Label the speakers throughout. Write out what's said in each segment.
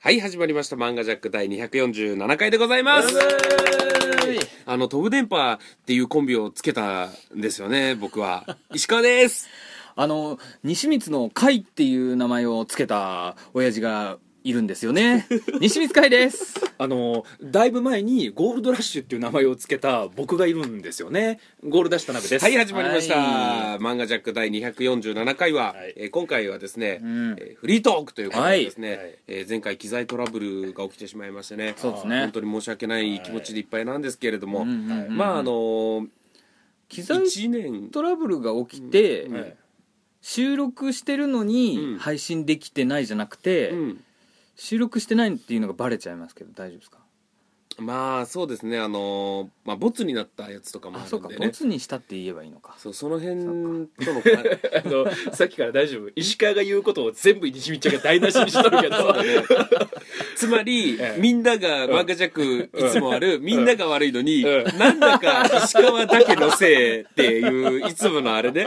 Speaker 1: はい、始まりました。漫画ジャック第247回でございます。あの、飛ぶ電波っていうコンビをつけたんですよね、僕は。石川です。
Speaker 2: あの西光の会っていう名前をつけた親父がいるんですよ ね西光会です
Speaker 3: あのだいぶ前にゴールドラッシュっていう名前を付けた僕がいるんですよねゴールダッシュ田辺です
Speaker 1: はい、始まりました。
Speaker 2: は
Speaker 1: 漫画ジャック第247回は、
Speaker 3: はい
Speaker 1: えー今回はですね、
Speaker 2: ん
Speaker 1: えーフリートークということでですね、
Speaker 3: はいはい
Speaker 1: えー前回機材トラブルが起きてしまいましてね、
Speaker 2: そうですね
Speaker 1: 本当に申し訳ない気持ちでいっぱいなんですけれども、
Speaker 2: うんうんうん
Speaker 1: まあ、あのー、
Speaker 2: 機材
Speaker 1: 1年、
Speaker 2: トラブルが起きて、
Speaker 1: うん
Speaker 3: はい
Speaker 2: 収録してるの
Speaker 1: うん
Speaker 2: に配信できてないじゃなくて、
Speaker 1: うん
Speaker 2: 収録してないっていうのがバレちゃいますけど大丈夫ですか
Speaker 1: まあそうですねあのーまあボツになったやつとかも
Speaker 2: あ
Speaker 1: あ
Speaker 2: そ
Speaker 1: る
Speaker 2: うんか
Speaker 1: で
Speaker 2: ボ
Speaker 1: ね
Speaker 2: ツにしたって言えばいいのか
Speaker 1: そうその辺とのか
Speaker 3: あのさっきから大丈夫石川が言うことを全部西見ちゃんが台無しにしとるけど
Speaker 1: つまり、
Speaker 3: ええ
Speaker 1: みんなが漫画ジャックいつもある、みんなが悪いのに、
Speaker 3: え
Speaker 1: なんだか石川だけのせいっていういつものあれね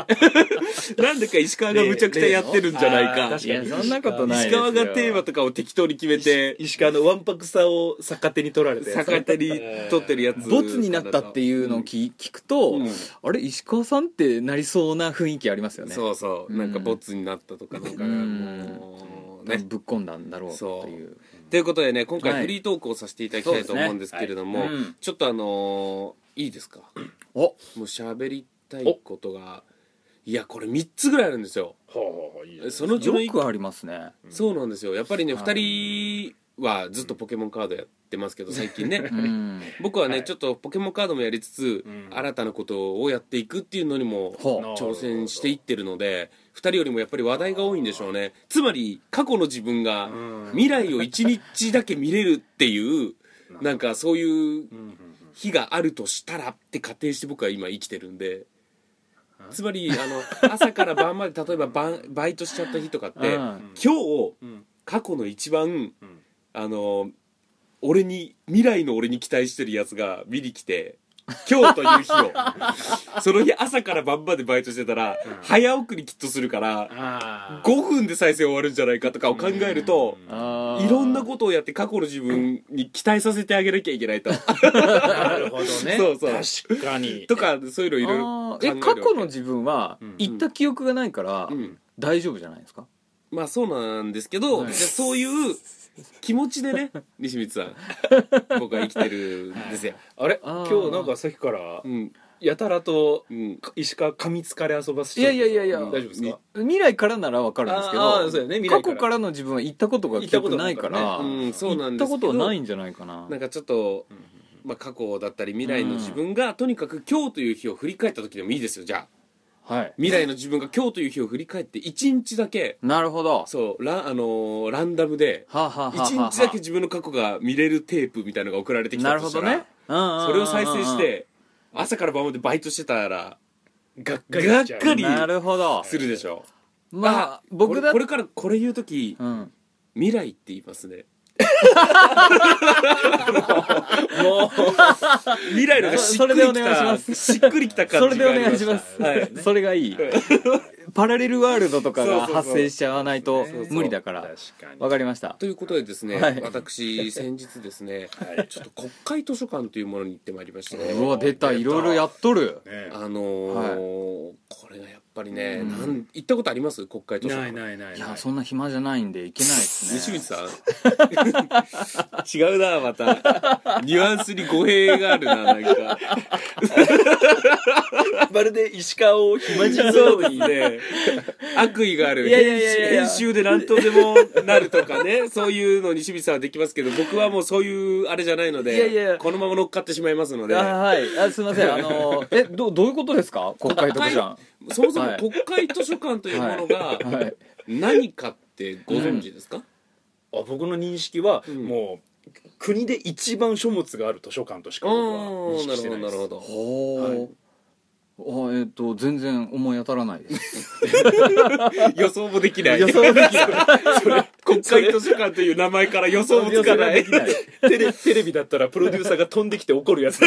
Speaker 1: なんだか石川がむちゃくちゃやってるんじゃない
Speaker 3: ねえねえ
Speaker 1: か
Speaker 3: あー確かに
Speaker 2: いやそんなことない
Speaker 1: 石
Speaker 2: ですよ
Speaker 1: 川がテーマとかを適当に決めて
Speaker 3: 石川のわんぱくさを逆手に取られて
Speaker 1: 逆手に取ってるやつ
Speaker 2: ボツになったっていうのを聞,、聞くと、
Speaker 1: うん
Speaker 2: あれ石川さんってなりそうな雰囲気ありますよね
Speaker 1: そうそうなんか
Speaker 2: うん
Speaker 1: ボツになったとかなんかもうね
Speaker 2: ぶっ込んだんだろうっていう
Speaker 1: ということでね今
Speaker 2: は
Speaker 1: 回
Speaker 2: い
Speaker 1: フリートークをさせていただきたいと
Speaker 2: そうですね
Speaker 1: 思うんですけれども、
Speaker 2: はいうん
Speaker 1: ちょっとあのーいいですか
Speaker 2: お
Speaker 1: もう喋りたいことがいやこれ3つぐらいあるんですよ
Speaker 3: ほうほうほういいじゃないです
Speaker 1: そ
Speaker 3: か
Speaker 1: のうちの
Speaker 2: よ
Speaker 1: 一
Speaker 2: くありますね
Speaker 1: そうなんですよやっぱりね
Speaker 2: はい
Speaker 1: 2人はずっとポケモンカードやってますけど最近ね
Speaker 2: うん
Speaker 1: 僕はね、
Speaker 3: はい
Speaker 1: ちょっとポケモンカードもやりつつ、
Speaker 3: うん
Speaker 1: 新たなことをやっていくっていうのにも
Speaker 2: ほう
Speaker 1: 挑戦していってるので2人よりもやっぱり話題が多いんでしょうねつまり過去の自分が
Speaker 3: うん
Speaker 1: 未来を1日だけ見れるっていうなんかそういう
Speaker 3: うんうん
Speaker 1: 日があるとしたらって仮定して僕は今生きてるんでつまりあ の朝から晩まで例えば晩バイトしちゃった日とかって
Speaker 2: う
Speaker 1: 今
Speaker 2: ん
Speaker 1: 日
Speaker 3: うんうん
Speaker 1: 過去の一番
Speaker 3: うん
Speaker 1: あの俺に未来の俺に期待してるやつが見に来て今日という日を その日朝から晩までバイトしてたら
Speaker 3: うん
Speaker 1: 早送りきっとするから
Speaker 3: あー
Speaker 1: 5分で再生終わるんじゃないかとかを考えると
Speaker 3: うん
Speaker 2: あー
Speaker 1: いろんなことをやって過去の自分に期待させてあげなきゃいけ ないと
Speaker 3: なるほどね
Speaker 1: そうそう
Speaker 3: 確かに
Speaker 1: とかそういうのいろいろ
Speaker 2: あ
Speaker 1: 考
Speaker 2: ー
Speaker 1: える
Speaker 2: え
Speaker 1: わけ
Speaker 2: 過去の自分は
Speaker 3: うん
Speaker 2: 行った記憶がないから
Speaker 1: うん
Speaker 2: 大丈夫じゃないですか、
Speaker 1: まあそうなんですけど、
Speaker 2: はい
Speaker 1: じゃあそういう気持ちで ね西光さん僕は生きてるんですよ。
Speaker 3: あれ
Speaker 2: あ
Speaker 3: 今
Speaker 2: ー
Speaker 3: 日なんかさっきから
Speaker 1: うん
Speaker 3: やたらと
Speaker 1: うん
Speaker 3: 石川噛みつかれ遊ばす
Speaker 2: いやいやいやいや
Speaker 3: 大丈夫ですか
Speaker 2: 未来からならわかるんですけ
Speaker 3: あーそ
Speaker 2: ど、
Speaker 3: うだよね未
Speaker 2: 過
Speaker 3: 来か
Speaker 2: 去
Speaker 3: ら
Speaker 2: からの自分は行ったことが記憶ないから
Speaker 3: あ
Speaker 1: うん、そうな
Speaker 2: 行
Speaker 1: ん
Speaker 2: っ
Speaker 1: で
Speaker 2: た
Speaker 1: すけ
Speaker 2: こ
Speaker 1: ど
Speaker 2: とないんじゃないかな
Speaker 1: なんかちょっと、まあ、過去だったり未来の自分が、とにかく今日という日を振り返った時でもいいですよじゃあ
Speaker 2: はい
Speaker 1: 未来の自分が今日という日を振り返って一日だけ
Speaker 2: なるほどは
Speaker 1: そうラ,、あのーランダムで
Speaker 2: あ、はあはあ
Speaker 1: 一
Speaker 2: はあ
Speaker 1: 日だけ自分の過去が見れるテープみたいのが送られてき
Speaker 2: な
Speaker 1: た
Speaker 2: る
Speaker 1: と
Speaker 2: ほ
Speaker 1: した
Speaker 2: ど
Speaker 1: ら、
Speaker 2: ねそ
Speaker 1: それを再生して朝から晩までバイトしてたら
Speaker 3: がっかり
Speaker 1: がっ
Speaker 3: しちゃう
Speaker 1: かり
Speaker 2: なるほど
Speaker 1: するでしょ
Speaker 2: まあ僕だ
Speaker 1: これこれからこれ言う時
Speaker 2: うん
Speaker 1: 未来って言いますね
Speaker 3: も
Speaker 1: 未来のがしっ
Speaker 2: そ
Speaker 1: くり
Speaker 2: れでお願いしま
Speaker 1: きた
Speaker 2: す
Speaker 1: しっくりきた
Speaker 2: そ
Speaker 1: 感
Speaker 2: れ
Speaker 1: じ
Speaker 2: で
Speaker 1: が
Speaker 2: お
Speaker 1: あり
Speaker 2: 願い
Speaker 1: ま
Speaker 2: し
Speaker 1: し
Speaker 2: ま
Speaker 1: た
Speaker 2: す、 それがいいパラレルワールドとかが発生しちゃわないと
Speaker 3: う
Speaker 2: 無理だから
Speaker 3: 確かに
Speaker 2: わかりました
Speaker 1: ということでですね、
Speaker 2: はい
Speaker 1: 私先日ですね、
Speaker 3: はい
Speaker 1: ちょっと国会図書館というものに行ってまいりまして
Speaker 2: う
Speaker 1: ね
Speaker 2: わ出た
Speaker 3: 出た
Speaker 2: いろいろやっとる
Speaker 3: ね
Speaker 1: あのー
Speaker 2: はい
Speaker 1: これがやっぱりね、
Speaker 2: うん
Speaker 1: なん行ったことあります国会図書
Speaker 3: ない
Speaker 1: 館
Speaker 3: ないない
Speaker 2: い
Speaker 3: な
Speaker 2: や
Speaker 3: い
Speaker 2: そんな暇じゃないんでいけないですね
Speaker 1: 西口さん 違うなまたニュアンスに語弊があるななんか
Speaker 3: まるで石川を暇人
Speaker 1: そうですね。悪意がある。
Speaker 2: いやいやいやいや
Speaker 1: 編集編集で何とでもなると かね、そういうのに清水さんはできますけど、僕はもうそういうあれじゃないので、
Speaker 2: いやいや
Speaker 1: このまま乗っかってしまいますので、
Speaker 2: あはいあすいませんあのえどどういうことですか国会とかじゃん
Speaker 1: そもそも
Speaker 2: はい
Speaker 1: 国会図書館というものが
Speaker 2: はい
Speaker 1: 何かってご存知ですか、
Speaker 3: あ僕の認識は
Speaker 1: うん
Speaker 3: もう国で一番書物がある図書館としか僕は認
Speaker 1: な
Speaker 3: 識
Speaker 1: るほど
Speaker 3: してない
Speaker 1: な
Speaker 3: で
Speaker 1: るほ
Speaker 3: す
Speaker 1: ど。
Speaker 2: ほうあえっ、と全然思い当たらないです
Speaker 1: 予想もできない
Speaker 3: 予想できない
Speaker 1: 国会図書館という名前から予想もつかない
Speaker 3: 予想ができないテレテレビだったらプロデューサーが飛んできて怒 るやつい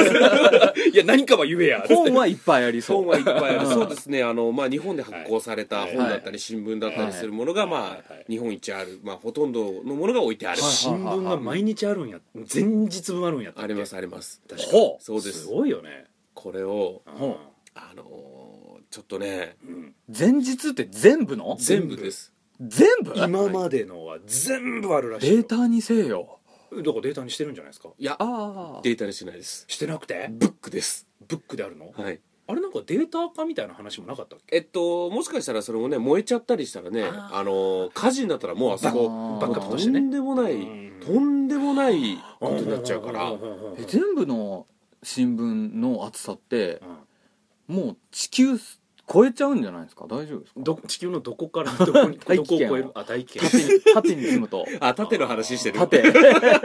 Speaker 3: や何かは言えや
Speaker 2: 本はいっぱいありそう
Speaker 1: 本はいっぱいあるそうですねあの、まあ、日本で発行された
Speaker 3: はい
Speaker 1: 本だったり新聞だったりするものが、
Speaker 3: はい
Speaker 1: まあ
Speaker 3: はいはい、
Speaker 1: 日本一ある、まあ、ほとんどのものが置いてある、
Speaker 2: はい
Speaker 3: 新聞が毎日あるんや前日分あるんやったっ
Speaker 1: あ
Speaker 3: け
Speaker 1: りますあります確かに
Speaker 2: ほう
Speaker 1: そうです
Speaker 3: すごいよね
Speaker 1: これを
Speaker 2: ほ
Speaker 1: あのーちょっとね
Speaker 3: うん
Speaker 2: 前日って全部の
Speaker 1: 全部です
Speaker 2: 全部
Speaker 3: 今までのは全部あるらしい
Speaker 2: デ
Speaker 3: よ
Speaker 2: ータにせえよ
Speaker 3: だからデータにしてるんじゃないですか
Speaker 1: いや
Speaker 2: あ
Speaker 1: データにしないです
Speaker 3: してなくて
Speaker 1: ブックです
Speaker 3: ブックであるの
Speaker 1: はい
Speaker 3: あれなんかデータ化みたいな話もなかったっけ
Speaker 1: えっともしかしたらそれもね燃えちゃったりしたらね
Speaker 3: あ
Speaker 1: あの火事になったらもうあそこ
Speaker 2: あー
Speaker 1: バックアップとしてねとんでもない
Speaker 3: うん
Speaker 1: とんでもないことになっちゃうから
Speaker 3: んんんうんうん
Speaker 2: え全部の新聞の厚さってもう地球超えちゃうんじゃないですか大丈夫ですか
Speaker 3: ど地球のど こからどこに
Speaker 2: 大
Speaker 3: どこ
Speaker 2: 気
Speaker 3: を
Speaker 2: 圏を
Speaker 3: 超えるあ大気圏
Speaker 2: 縦に縦に積む と
Speaker 1: あ縦の話してる
Speaker 2: 縦
Speaker 3: だか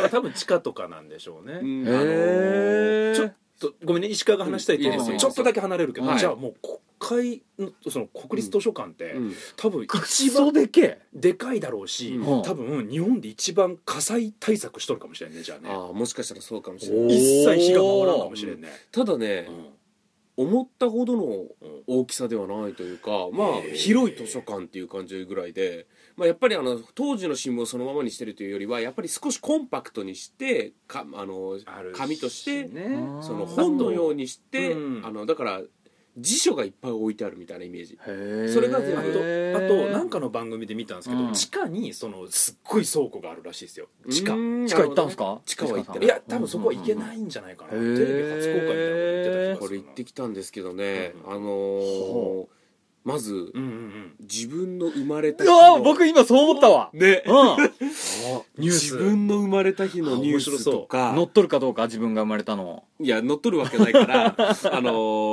Speaker 3: ら多分地下とかなんでしょうね、
Speaker 1: うん
Speaker 2: へ
Speaker 1: あの
Speaker 2: え
Speaker 3: ちょっとごめんね石川が話したいと
Speaker 2: うんいいです
Speaker 3: ち
Speaker 2: よ
Speaker 3: ょっとだけ離れるけど、
Speaker 1: はい
Speaker 3: じゃあもう国会のその国立図書館って、
Speaker 1: うん
Speaker 3: 多分一
Speaker 2: 一
Speaker 3: 番
Speaker 2: 番でけえ
Speaker 3: でかいだろうし、
Speaker 1: うん
Speaker 3: 多分日本で一番火災対策しとるかもしれんねじゃあね
Speaker 1: ああもしかしたらそうかもしれ
Speaker 2: お
Speaker 1: ない
Speaker 2: ー
Speaker 3: 一切火が回らんかもしれんね、
Speaker 1: ただね思ったほどの大きさではないというかまあ
Speaker 3: へー
Speaker 1: 広い図書館っていう感じぐらいで、まあ、やっぱりあの当時の新聞をそのままにしてるというよりはやっぱり少しコンパクトにしてかあの
Speaker 3: あるし
Speaker 1: 紙として
Speaker 3: ね
Speaker 1: その本のよう
Speaker 2: に
Speaker 1: にして、
Speaker 3: うん
Speaker 1: あのだから辞書がいっぱい置いてあるみたいなイメージ
Speaker 2: そ
Speaker 1: それが全
Speaker 3: あとあとなんかの番組で見たんですけど、
Speaker 2: うん
Speaker 3: 地下にそのすっごい倉庫があるらしいですよ地下
Speaker 1: うー
Speaker 2: 地下行ったんです
Speaker 1: なる
Speaker 2: か
Speaker 1: 地下は行って
Speaker 2: 石川さん
Speaker 1: ない
Speaker 3: や多分そこは行けないんじゃないかな、
Speaker 2: うんうんうん
Speaker 3: テレビ初公開みたいなこと言
Speaker 1: ほ
Speaker 3: ってた
Speaker 1: どね
Speaker 3: 気が
Speaker 1: こ
Speaker 3: す
Speaker 1: れ
Speaker 3: る
Speaker 1: 行って
Speaker 3: き
Speaker 1: きたんですけどね、
Speaker 3: うん
Speaker 1: あのー
Speaker 2: ほ
Speaker 1: まず
Speaker 3: うんうんうん
Speaker 1: 自分の生まれた
Speaker 2: う
Speaker 1: 日
Speaker 2: わー
Speaker 1: の
Speaker 2: 僕今そう思ったわ
Speaker 1: ね
Speaker 2: うん
Speaker 3: ニュース
Speaker 1: 自分の生まれた日のニュースとか
Speaker 2: 乗っとるかどうか自分が生まれたの
Speaker 1: いや乗っ取るわけないから あの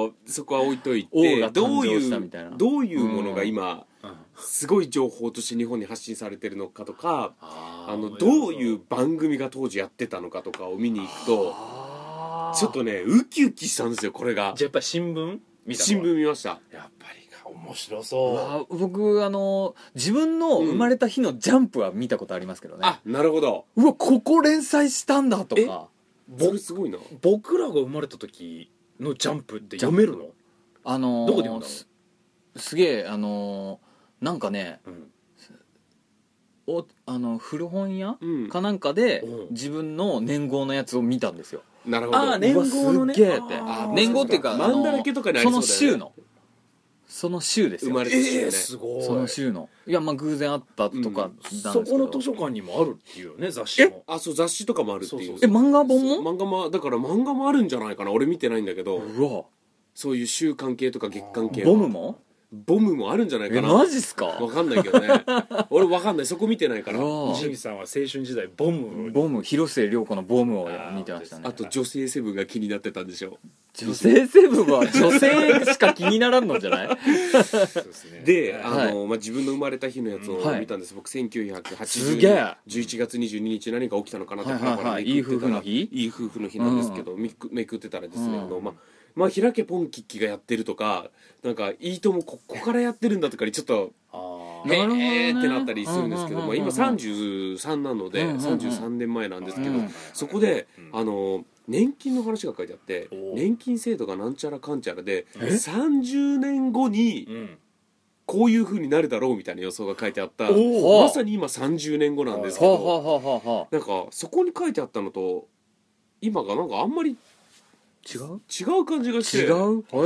Speaker 1: ーそこは置いとい
Speaker 2: 王
Speaker 1: て
Speaker 2: が
Speaker 1: どう
Speaker 2: 誕生
Speaker 1: い
Speaker 2: した
Speaker 1: う
Speaker 2: みたいな
Speaker 1: どういうものが今
Speaker 3: うん
Speaker 1: すごい情報として日本に発信されてるのかとか
Speaker 3: あー
Speaker 1: あの
Speaker 3: 面白
Speaker 1: ど
Speaker 3: そう
Speaker 1: いう番組が当時やってたのかとかを見に行くと
Speaker 2: あ
Speaker 1: ちょっとねウキウキしたんですよこれが
Speaker 3: じゃあやっぱり新聞見たの
Speaker 1: 新聞見ました
Speaker 3: やっぱりが面白
Speaker 2: う
Speaker 3: そ
Speaker 2: わー僕あの自分の生まれた日のジャンプは見たことありますけどね
Speaker 1: あなるほど
Speaker 2: うわここ連載したんだと
Speaker 1: え
Speaker 2: か
Speaker 1: それすごいな
Speaker 3: う僕らが生まれた時のジャンプって読めるの、
Speaker 2: あのー
Speaker 3: どこで読んだの
Speaker 2: すすげえあのーなんかね
Speaker 3: うん
Speaker 2: おあの古本屋
Speaker 1: うん
Speaker 2: かなんかで
Speaker 3: うん
Speaker 2: 自分の年号のやつを見たんですよ
Speaker 1: なるほど
Speaker 3: あーね年号のね
Speaker 2: うわすっげえって
Speaker 3: あ
Speaker 1: ー
Speaker 2: 年号っていうかあのー
Speaker 1: 漫画だけとかにあり
Speaker 2: その
Speaker 1: そうだよね
Speaker 2: 週のその週です
Speaker 1: 生
Speaker 2: よ
Speaker 1: まれた日
Speaker 3: え
Speaker 1: よ
Speaker 3: ー、
Speaker 1: ね
Speaker 3: すごい
Speaker 2: その週のいやまあ偶然あったとかなんですけど、
Speaker 3: そこの図書館にもあるっていうよね雑誌も
Speaker 1: あそう雑誌とかもあるってい
Speaker 3: そうう
Speaker 2: え漫画本も
Speaker 1: 漫画もだから漫画もあるんじゃないかな俺見てないんだけど
Speaker 2: うわ
Speaker 1: そういう週間系とか月間系は
Speaker 2: ボムも
Speaker 1: ボムもあるんじゃない
Speaker 2: え
Speaker 1: かな
Speaker 2: マジっすか
Speaker 1: わかんないけど ね俺わかんないそこ見てないから
Speaker 2: うわ
Speaker 3: ジミーさんは青春時代ボム
Speaker 2: ボム広末涼子のボムを見てました
Speaker 1: あ
Speaker 2: ね
Speaker 1: と女性セブンが気になってたんでしょ
Speaker 2: 女性セブンは女性しか気にならんのじゃない
Speaker 3: そうですね
Speaker 1: で、
Speaker 3: はい
Speaker 1: あのまあ、自分の生まれた日のやつを
Speaker 2: はい
Speaker 1: 見たんです、僕
Speaker 2: すげえ
Speaker 1: 1980年11月22日何が起きたのかなって
Speaker 2: はいはいはい
Speaker 1: パラパラめくって
Speaker 2: いい夫婦
Speaker 1: たら
Speaker 2: の日
Speaker 1: いい夫婦の日なんですけど、めくめくってたらですね、
Speaker 2: うん
Speaker 1: あのまあまあ、開けポンキッキがやってるとかなんか「いいともここからやってるんだ」とかにちょっと
Speaker 3: あ
Speaker 1: 「
Speaker 3: ー
Speaker 2: な
Speaker 1: へ
Speaker 2: るほどね
Speaker 1: え」ってなったりするんですけど、
Speaker 2: うんう
Speaker 1: ま
Speaker 2: んう
Speaker 1: あ、
Speaker 2: んうん
Speaker 1: 今33なので、
Speaker 2: うんうんうん
Speaker 1: 33年前なんですけど、
Speaker 2: うん
Speaker 1: そこで、
Speaker 3: うん
Speaker 1: あの年金の話が書いてあって
Speaker 3: おう
Speaker 1: 年金制度がなんちゃらかんちゃらで
Speaker 2: え
Speaker 1: 30年後に
Speaker 3: うん
Speaker 1: こういう風になるだろうみたいな予想が書いてあった
Speaker 2: おう
Speaker 1: まさに今30年後なんですけ
Speaker 2: はあ、
Speaker 1: ど
Speaker 2: はあはあはあは
Speaker 1: なんかそこに書いてあったのと今がなんかあんまり
Speaker 2: 違う
Speaker 1: 違う感じがして
Speaker 2: 違う
Speaker 3: その予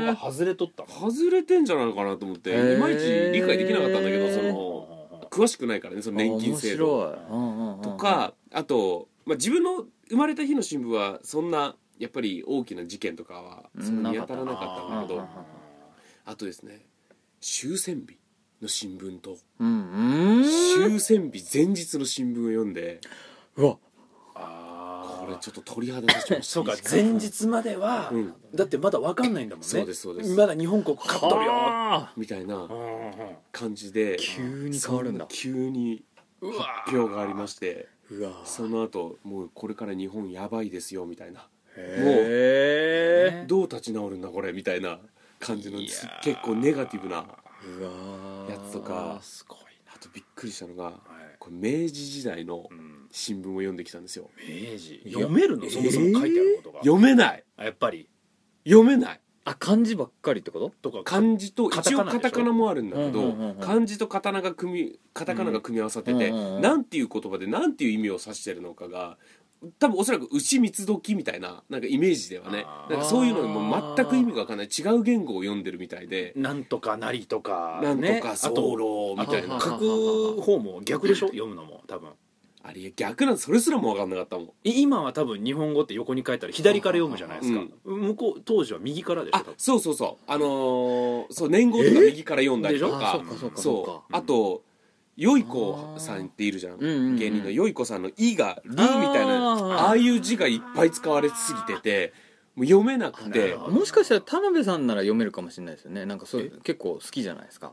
Speaker 2: へ
Speaker 3: が
Speaker 2: え
Speaker 3: 外れとったの
Speaker 1: 外れてんじゃないのかなと思って
Speaker 2: へー
Speaker 1: いまいち理解できなかったんだけどそ
Speaker 3: ほう
Speaker 1: の
Speaker 3: ほうほう
Speaker 1: 詳しくないからねその年金制度
Speaker 2: 面白いうんうんうん
Speaker 1: とかあと、まあ、自分の生まれた日の新聞はそんなやっぱり大きな事件とかはそんな見当たらなかったんだけど
Speaker 2: なかっ
Speaker 1: あとですね終戦日の新聞と
Speaker 2: うんうん
Speaker 1: 終戦日前日の新聞を読んで
Speaker 2: うわ
Speaker 3: あ
Speaker 1: こ
Speaker 3: ー
Speaker 1: れちょっと鳥肌立ちました
Speaker 3: そうか前日までは、
Speaker 1: うん
Speaker 3: だってまだわかんないんだもんね
Speaker 1: そうですそうです
Speaker 3: まだ日本国勝っとるよ
Speaker 2: はあ
Speaker 1: みたいな
Speaker 3: うんうん
Speaker 1: 感じで
Speaker 2: 急に変わるんだ
Speaker 1: そ急に
Speaker 3: うわ
Speaker 1: 発表がありまして
Speaker 2: うわ
Speaker 1: その後もうこれから日本やばいですよみたいな
Speaker 2: へ
Speaker 1: も
Speaker 2: へ
Speaker 1: うどう立ち直るんだこれみたいな感じの
Speaker 3: いやー
Speaker 1: 結構ネガティブな
Speaker 2: えうわー
Speaker 1: やつとか
Speaker 3: すごい
Speaker 1: あとびっくりしたのが
Speaker 3: な、はい
Speaker 1: これ明治時代の
Speaker 3: うん、
Speaker 1: 新聞を読んできたんですよ
Speaker 3: 明治
Speaker 2: いや
Speaker 3: 読めるのそもそも書いてあることが、
Speaker 1: 読めない
Speaker 3: あやっぱり
Speaker 1: 読めない
Speaker 2: あ漢字ばっかりってこと
Speaker 3: とか
Speaker 1: 漢字と
Speaker 3: カタ
Speaker 1: 一
Speaker 3: カナ
Speaker 1: 応
Speaker 3: でしょ
Speaker 1: カタカナもあるんだけ
Speaker 2: うん
Speaker 1: ど
Speaker 2: うんうんうん
Speaker 1: 漢字とカタナが組みカタカナが組み合わさってて
Speaker 2: うんうんうん
Speaker 1: なんていう言葉でなんていう意味を指してるのかが多分おそらく牛三つ時みたいななんかイメージではね
Speaker 3: あー
Speaker 1: なんかそういうのにも全く意味が分かんない違う言語を読んでるみたいで
Speaker 3: なんとかなりとか
Speaker 1: なん
Speaker 3: ね
Speaker 1: とか
Speaker 3: あ
Speaker 1: 早
Speaker 3: と
Speaker 1: 漏みたい
Speaker 2: あ
Speaker 1: な
Speaker 2: と
Speaker 3: 書く方も逆でしょ読むのも多分
Speaker 1: あれ逆なんそれすらも分かんなかったもん
Speaker 3: い今は多分日本語って横に書いたら左から読むじゃないですか、向こう当時は右からでしょ
Speaker 1: あ
Speaker 3: 多分
Speaker 1: そうそうそうあのーそう年号とか右から読んだりと
Speaker 2: あ
Speaker 1: か
Speaker 2: そうかそうか
Speaker 1: そ
Speaker 2: そう
Speaker 1: う
Speaker 2: か
Speaker 1: あとよいこさんっているじゃん、
Speaker 2: ーうんうんうん
Speaker 1: 芸人のよいこさんの「い」が「る」みたいな
Speaker 2: あー
Speaker 1: ああいう字がいっぱい使われすぎててもう読めなく
Speaker 3: な
Speaker 1: て
Speaker 3: るほど
Speaker 2: もしかしたら田辺さんなら読めるかもしれないですよねなんかそういう結構好きじゃないですか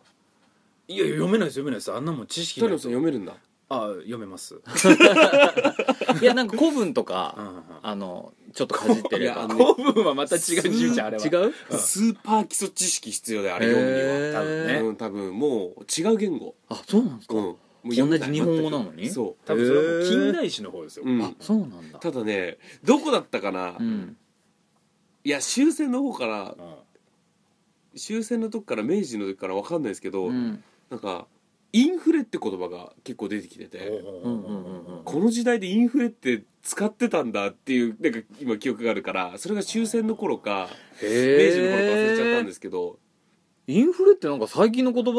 Speaker 3: いやいや読めないです読めないですあんなもん知識
Speaker 1: ト
Speaker 3: な
Speaker 1: リオ
Speaker 3: いで
Speaker 1: ン
Speaker 3: す
Speaker 1: さん読めるんだ
Speaker 3: あ読めます、
Speaker 2: いやなんか古文と
Speaker 3: う
Speaker 2: か
Speaker 3: ん
Speaker 2: あのちょっとかじってれ
Speaker 1: いやあ
Speaker 2: ば
Speaker 1: の
Speaker 3: 古文はまた違うじゅうちゃんあれ は
Speaker 2: 違う
Speaker 3: うん
Speaker 1: スーパー基礎知識必要であ
Speaker 2: あ
Speaker 1: れ読むには、
Speaker 3: 多分ね
Speaker 1: うん、多分もう違う言語、
Speaker 2: あそうなんですか
Speaker 1: うん、もう読めない
Speaker 2: 同じ日本語なのに
Speaker 1: そ
Speaker 3: 多分それはもう近代史の方ですよ、
Speaker 1: う、う
Speaker 2: あ
Speaker 1: ん、
Speaker 2: そうなんだ
Speaker 1: ただねどこだったかな、
Speaker 2: うん
Speaker 1: いや終戦の方から
Speaker 3: うん
Speaker 1: 終戦の時から明治の時から分かんないですけど、
Speaker 2: うん
Speaker 1: なんかインフレって言葉が結構出てきてて、
Speaker 2: うんうんうんうん
Speaker 1: この時代でインフレって使ってたんだっていうなんか今記憶があるからそれが終戦の頃か明
Speaker 2: へ
Speaker 1: 治の頃か忘れちゃったんですけど、
Speaker 2: インフレってなんか最近の言葉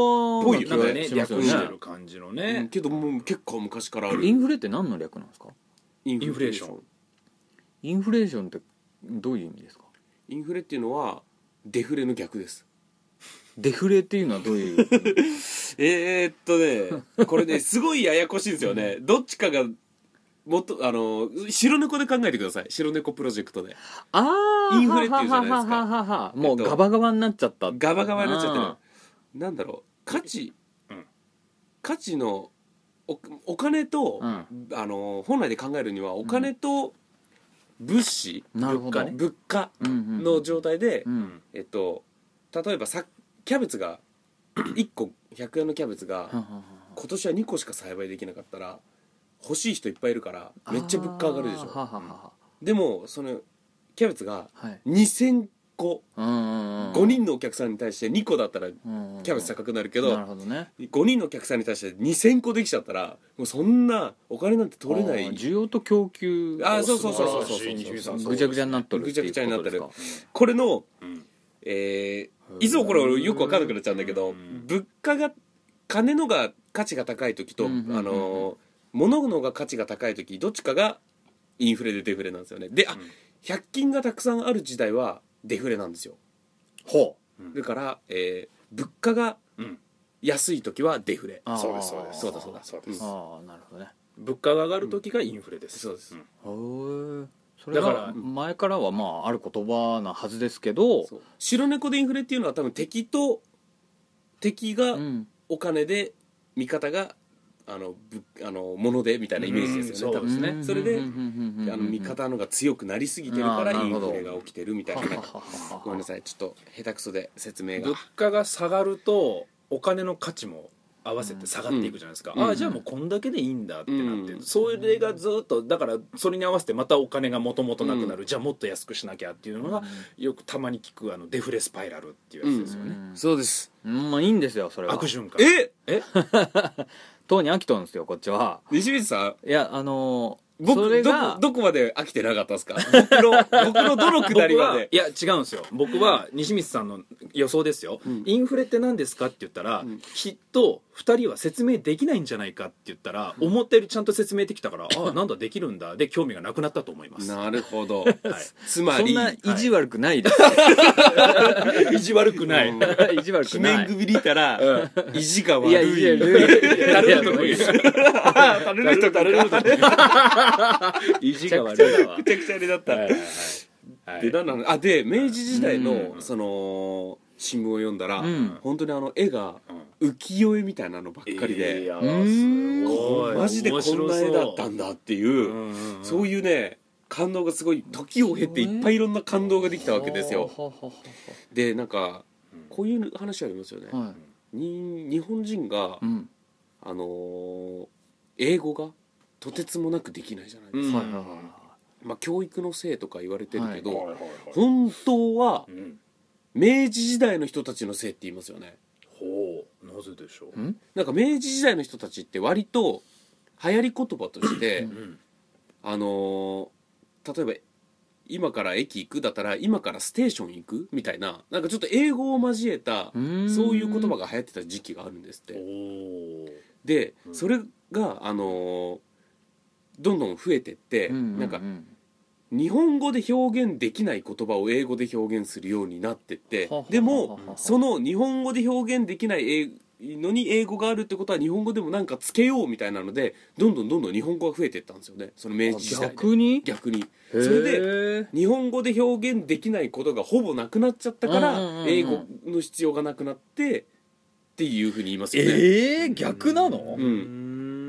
Speaker 1: ぽいよ
Speaker 3: な
Speaker 2: なん気が
Speaker 3: かね
Speaker 2: しま
Speaker 3: 略
Speaker 2: すよ
Speaker 1: 略
Speaker 3: して
Speaker 2: ね
Speaker 3: る感じの
Speaker 1: うん
Speaker 3: ね、
Speaker 1: けどもう結構昔からある
Speaker 2: インフレって何の略なんですか
Speaker 1: イン
Speaker 3: インフレーション
Speaker 2: インフレーションってどういう意味ですか
Speaker 1: インフレっていうのはデフレの逆です
Speaker 2: デフレっていうのはどういう
Speaker 1: えー、っと ねこれねすごいややこしいんですよねどっちかがもっとあの白猫で考えてください白猫プロジェクトで
Speaker 2: ああ
Speaker 1: インフレっていうじゃないですか
Speaker 2: もう
Speaker 1: えっと
Speaker 2: ガバガバになっちゃった
Speaker 1: ガバガバになっちゃってる
Speaker 2: あ
Speaker 1: なんだろう価値、
Speaker 3: うん
Speaker 1: 価値のおお金と、
Speaker 2: う
Speaker 1: あの本来で考えるにはお金と物資、
Speaker 2: ーなるほどね
Speaker 1: 物価
Speaker 2: うんうん
Speaker 1: の状態で、
Speaker 2: うん
Speaker 1: えっと、例えばさキャベツが1個100円のキャベツが
Speaker 2: ははは
Speaker 1: 今年は2個しか栽培できなかったら欲しい人いっぱいいるからめっちゃ物価上がるでし
Speaker 2: あーは
Speaker 1: ょ
Speaker 2: はは
Speaker 1: でもそのキャベツが
Speaker 2: はい
Speaker 1: 2000個
Speaker 2: 5
Speaker 1: 5人のお客さんに対して2個だったらキャベツ高くなるけど、
Speaker 2: なるほどね
Speaker 1: 5人のお客さんに対して2,000個できちゃったらもうそんなお金なんて取れな
Speaker 2: あー
Speaker 1: い
Speaker 2: 需要と供給
Speaker 1: あーそうそうそうそうそう
Speaker 3: 素晴らしい西見さん
Speaker 2: ぐちゃぐちゃになっとるっていう
Speaker 1: ぐちゃぐちゃになっ
Speaker 2: ことと
Speaker 1: る
Speaker 2: ですか
Speaker 1: これの、
Speaker 3: うん
Speaker 1: えーいつもこれ俺よく分かんなくなっちゃうんだけ
Speaker 3: う
Speaker 1: ど
Speaker 3: ん
Speaker 1: 物価が金のが価値が高い時と、
Speaker 2: うんうんうんうん
Speaker 1: あのー物のが価値が高い時どっちかがインフレでデフレなんですよねであ、
Speaker 3: うん
Speaker 1: 100均がたくさんある時代はデフレなんですよ
Speaker 2: ほ
Speaker 1: だから、えー物価が
Speaker 3: うん
Speaker 1: 安い時はデフレ
Speaker 2: あー
Speaker 3: そうですそうです
Speaker 1: そうだそうだ
Speaker 3: そうです
Speaker 2: うああなるほどね
Speaker 3: 物価が上がる時がインフレです、
Speaker 1: そうです
Speaker 3: ん
Speaker 2: へえそれ
Speaker 3: だから
Speaker 2: が前からはまあある言葉なはずですけど
Speaker 1: そう白猫でインフレっていうのは多分敵と敵が
Speaker 2: うん
Speaker 1: お金で味方があのぶあの物でみたいなイメージですよね、
Speaker 3: う
Speaker 1: 多
Speaker 3: ん
Speaker 1: 分ね
Speaker 2: ん
Speaker 1: それで、
Speaker 2: うんうんうん
Speaker 1: あの味方のが強くなりすぎてるから
Speaker 2: あーな
Speaker 1: イ
Speaker 2: る
Speaker 1: ン
Speaker 2: ほど
Speaker 1: フレが起きてるみたいな
Speaker 2: はははは
Speaker 1: ごめんなさいちょっと下手くそで説明が
Speaker 3: 物価が下がるとお金の価値も合わせて下がっていくじゃないですか、
Speaker 1: うん
Speaker 3: あ
Speaker 1: う
Speaker 3: あ
Speaker 1: ん
Speaker 3: じゃあもうこんだけでいいんだってなって、
Speaker 1: うん
Speaker 3: それがずっとだからそれに合わせてまたお金がもともとなくなる、じゃあもっと安くしなきゃっていうのがよくたまに聞くあのデフレスパイラルっていうやつですよね、
Speaker 2: うん
Speaker 1: そうです
Speaker 2: うんまあいいんですよそれは
Speaker 3: 悪循環
Speaker 1: え
Speaker 3: え
Speaker 2: とうに飽きとるんですよこっちは
Speaker 1: 西水さん
Speaker 2: いやあのーそ
Speaker 1: 僕
Speaker 2: れ
Speaker 1: ど
Speaker 2: が
Speaker 1: こどこまで飽きてなかったですか 僕の僕のどのくだり
Speaker 3: 僕
Speaker 1: ま
Speaker 3: は
Speaker 1: で
Speaker 3: いや違うんですよ僕は西光さんの予想ですよ、
Speaker 1: うん
Speaker 3: インフレって何ですかって言ったら、
Speaker 1: うん
Speaker 3: きっと2人は説明できないんじゃないかって言ったら、思ったよりちゃんと説明できたからああなんだできるんだで興味がなくなったと思います、は
Speaker 1: なるほど
Speaker 3: い、
Speaker 1: つま
Speaker 2: そん
Speaker 1: り
Speaker 2: な意地悪くないです、
Speaker 3: 意地悪くない、
Speaker 1: うん
Speaker 2: 意地悪く
Speaker 1: 鬼
Speaker 2: な
Speaker 1: 面
Speaker 2: い
Speaker 1: 組見たら
Speaker 3: うん
Speaker 1: 意地が悪
Speaker 2: い
Speaker 1: い
Speaker 2: や意地悪い
Speaker 3: だるるとこいい
Speaker 1: あー垂れる人垂れる人
Speaker 3: 意地が悪いだわ
Speaker 1: めちゃくちゃあれだった、
Speaker 3: はいはいはい
Speaker 1: でなんなのあで明治時代の、
Speaker 3: うん
Speaker 1: その新聞を読んだら、
Speaker 2: うん
Speaker 1: 本当にあの絵が
Speaker 3: う
Speaker 1: 浮世絵みたいなのばっ
Speaker 3: ん
Speaker 1: かりで、
Speaker 3: いや
Speaker 2: うーん
Speaker 3: すごい
Speaker 1: マジでこんな絵だったんだっていう、
Speaker 3: 面白そう
Speaker 1: そういうね感動がすごい時を経ていっぱいいろんな感動ができたわけですよ
Speaker 2: はあは
Speaker 1: でなんか
Speaker 3: うん
Speaker 1: こういう話ありますよね
Speaker 2: あはあはい
Speaker 1: に日本人が
Speaker 2: うん
Speaker 1: あのー英語がとてつもなくできないじゃないですか、
Speaker 3: うん
Speaker 2: はいはいは
Speaker 1: まあ、教育のせいとか言われてるけど、
Speaker 3: はいはいはい
Speaker 1: 本当は
Speaker 3: うん
Speaker 1: 明治時代の人たちのせいって言いますよね
Speaker 3: ほうなぜでしょ、
Speaker 2: いうん
Speaker 1: なんか明治時代の人たちって割と流行り言葉と して
Speaker 3: うん
Speaker 1: あのー例えば今から駅行くだったら今からステーション行くみたいななんかちょっと英語を交えた
Speaker 2: うん
Speaker 1: そういう言葉が流行ってた時期があるんですって
Speaker 3: おー
Speaker 1: で
Speaker 3: うん
Speaker 1: それがあのーどんどん増えてって
Speaker 2: うんうん
Speaker 1: なんか
Speaker 2: うん
Speaker 1: 日本語で表現できない言葉を英語で表現するようになってって
Speaker 2: はあはあ
Speaker 1: で
Speaker 2: は
Speaker 1: も
Speaker 2: あはあ
Speaker 1: その日本語で表現できない英のに英語があるってことは日本語でもなんかつけようみたいなのでどんどんどんどん日本語が増えていったんですよねその明治時代で
Speaker 2: 逆に
Speaker 1: 逆に
Speaker 2: へー
Speaker 1: それで日本語で表現できないことがほぼなくなっちゃったか
Speaker 2: うんうんうんう
Speaker 1: ら
Speaker 2: ん
Speaker 1: 英語の必要がなくなってっていうふうに言いますよね、
Speaker 2: ええ逆なの
Speaker 1: うん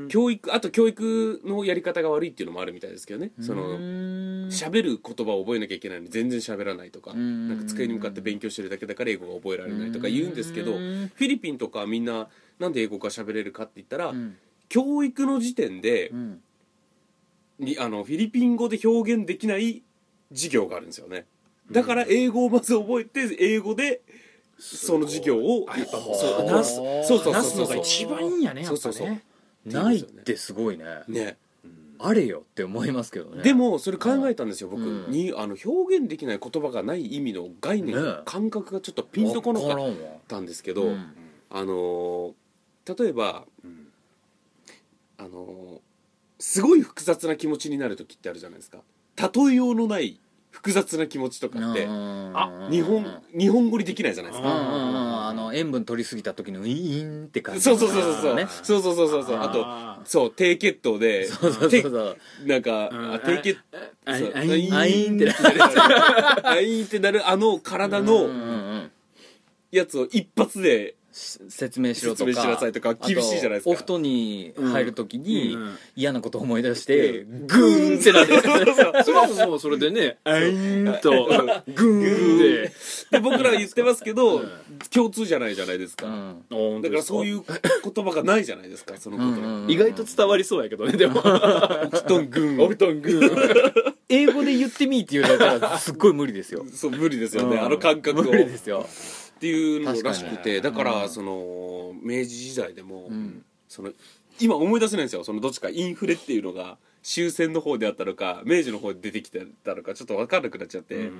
Speaker 3: ん
Speaker 1: 教育あと教育のやり方が悪いっていうのもあるみたいですけどねその
Speaker 2: の
Speaker 1: 喋る言葉を覚えなきゃいけないのに全然喋らないとか
Speaker 2: うん
Speaker 1: なんか机に向かって勉強してるだけだから英語が覚えられないとか言うんですけどフィリピンとかはみんななんで英語が喋れるかって言ったら教育の時点で
Speaker 2: うん
Speaker 1: にあのフィリピン語で表現できない授業があるんですよねだから英語をまず覚えて英語でその授業を
Speaker 3: あやっ
Speaker 1: そ
Speaker 3: ぱ
Speaker 1: う
Speaker 3: そう
Speaker 1: な
Speaker 3: な
Speaker 1: す
Speaker 3: す
Speaker 1: そうそう
Speaker 3: な
Speaker 1: そう
Speaker 3: す
Speaker 1: そ
Speaker 3: の
Speaker 1: う
Speaker 3: が
Speaker 1: そ
Speaker 3: 一番いいんやねやっぱ
Speaker 1: そう
Speaker 3: ね
Speaker 1: そうそう
Speaker 2: ないってすごいね
Speaker 1: うね
Speaker 2: あれよって思いますけどね
Speaker 1: でもそれ考えたんですよ僕
Speaker 2: うん
Speaker 1: にあの表現できない言葉がない意味の概念
Speaker 2: ね
Speaker 1: 感覚がちょっとピンとこな
Speaker 2: わ
Speaker 1: か
Speaker 2: ら
Speaker 1: っ
Speaker 2: んわ
Speaker 1: たんですけど
Speaker 2: うん
Speaker 1: あのー例えば
Speaker 3: うん
Speaker 1: あのーすごい複雑な気持ちになる時ってあるじゃないですか例えようのない複雑な気持ちとかって
Speaker 2: あ
Speaker 1: 日
Speaker 2: うんうん
Speaker 1: 本日本語にできないじゃないです
Speaker 2: うん
Speaker 1: か
Speaker 2: うんうんあの塩分取りすぎた時のイーンって感じ
Speaker 1: そうそうそうそうそう
Speaker 2: ね
Speaker 1: そうそうそうそうそうあと
Speaker 3: あ
Speaker 1: そう低血糖で
Speaker 2: そうそうそうそう
Speaker 1: てなんか、
Speaker 3: うん
Speaker 1: あ低血
Speaker 3: ー
Speaker 1: そう
Speaker 3: あいい
Speaker 2: あいいんっ てなる
Speaker 1: あいーってなるあの体
Speaker 2: うんう
Speaker 1: の
Speaker 2: んうん
Speaker 1: やつを一発で
Speaker 2: し説明しろとか
Speaker 1: 説明しなさいとか厳しいじゃないで
Speaker 2: あ
Speaker 1: すか
Speaker 2: とお布団に入る時に
Speaker 3: うんうん
Speaker 2: 嫌なことを思い出してグーンってなる
Speaker 3: それももうそれでね「あいん」 と「ぐーん」で
Speaker 1: で僕らは言ってますけど、
Speaker 3: うん
Speaker 1: 共通じゃないじゃないですか、
Speaker 2: うん
Speaker 1: だからそういうう言葉がないじゃないですかそのこと
Speaker 2: うんうんうん
Speaker 3: 意外と伝わりそうやけどねでも
Speaker 1: 布団軍
Speaker 3: オルトングー
Speaker 2: 英語で言ってみーって言われたらすっごい無理ですよ
Speaker 1: そう無理ですよね、
Speaker 2: うん
Speaker 1: あの感覚を
Speaker 2: 無理ですよ
Speaker 1: っていうのらしくてだ
Speaker 2: 確
Speaker 1: か
Speaker 2: かに
Speaker 1: ら、
Speaker 2: うん
Speaker 1: その明治時代でも、
Speaker 2: うん
Speaker 1: その今思い出せないんですよそのどっちかインフレっていうのが終戦の方であったのか明治の方で出てきてたのかちょっと分からなくなっちゃって、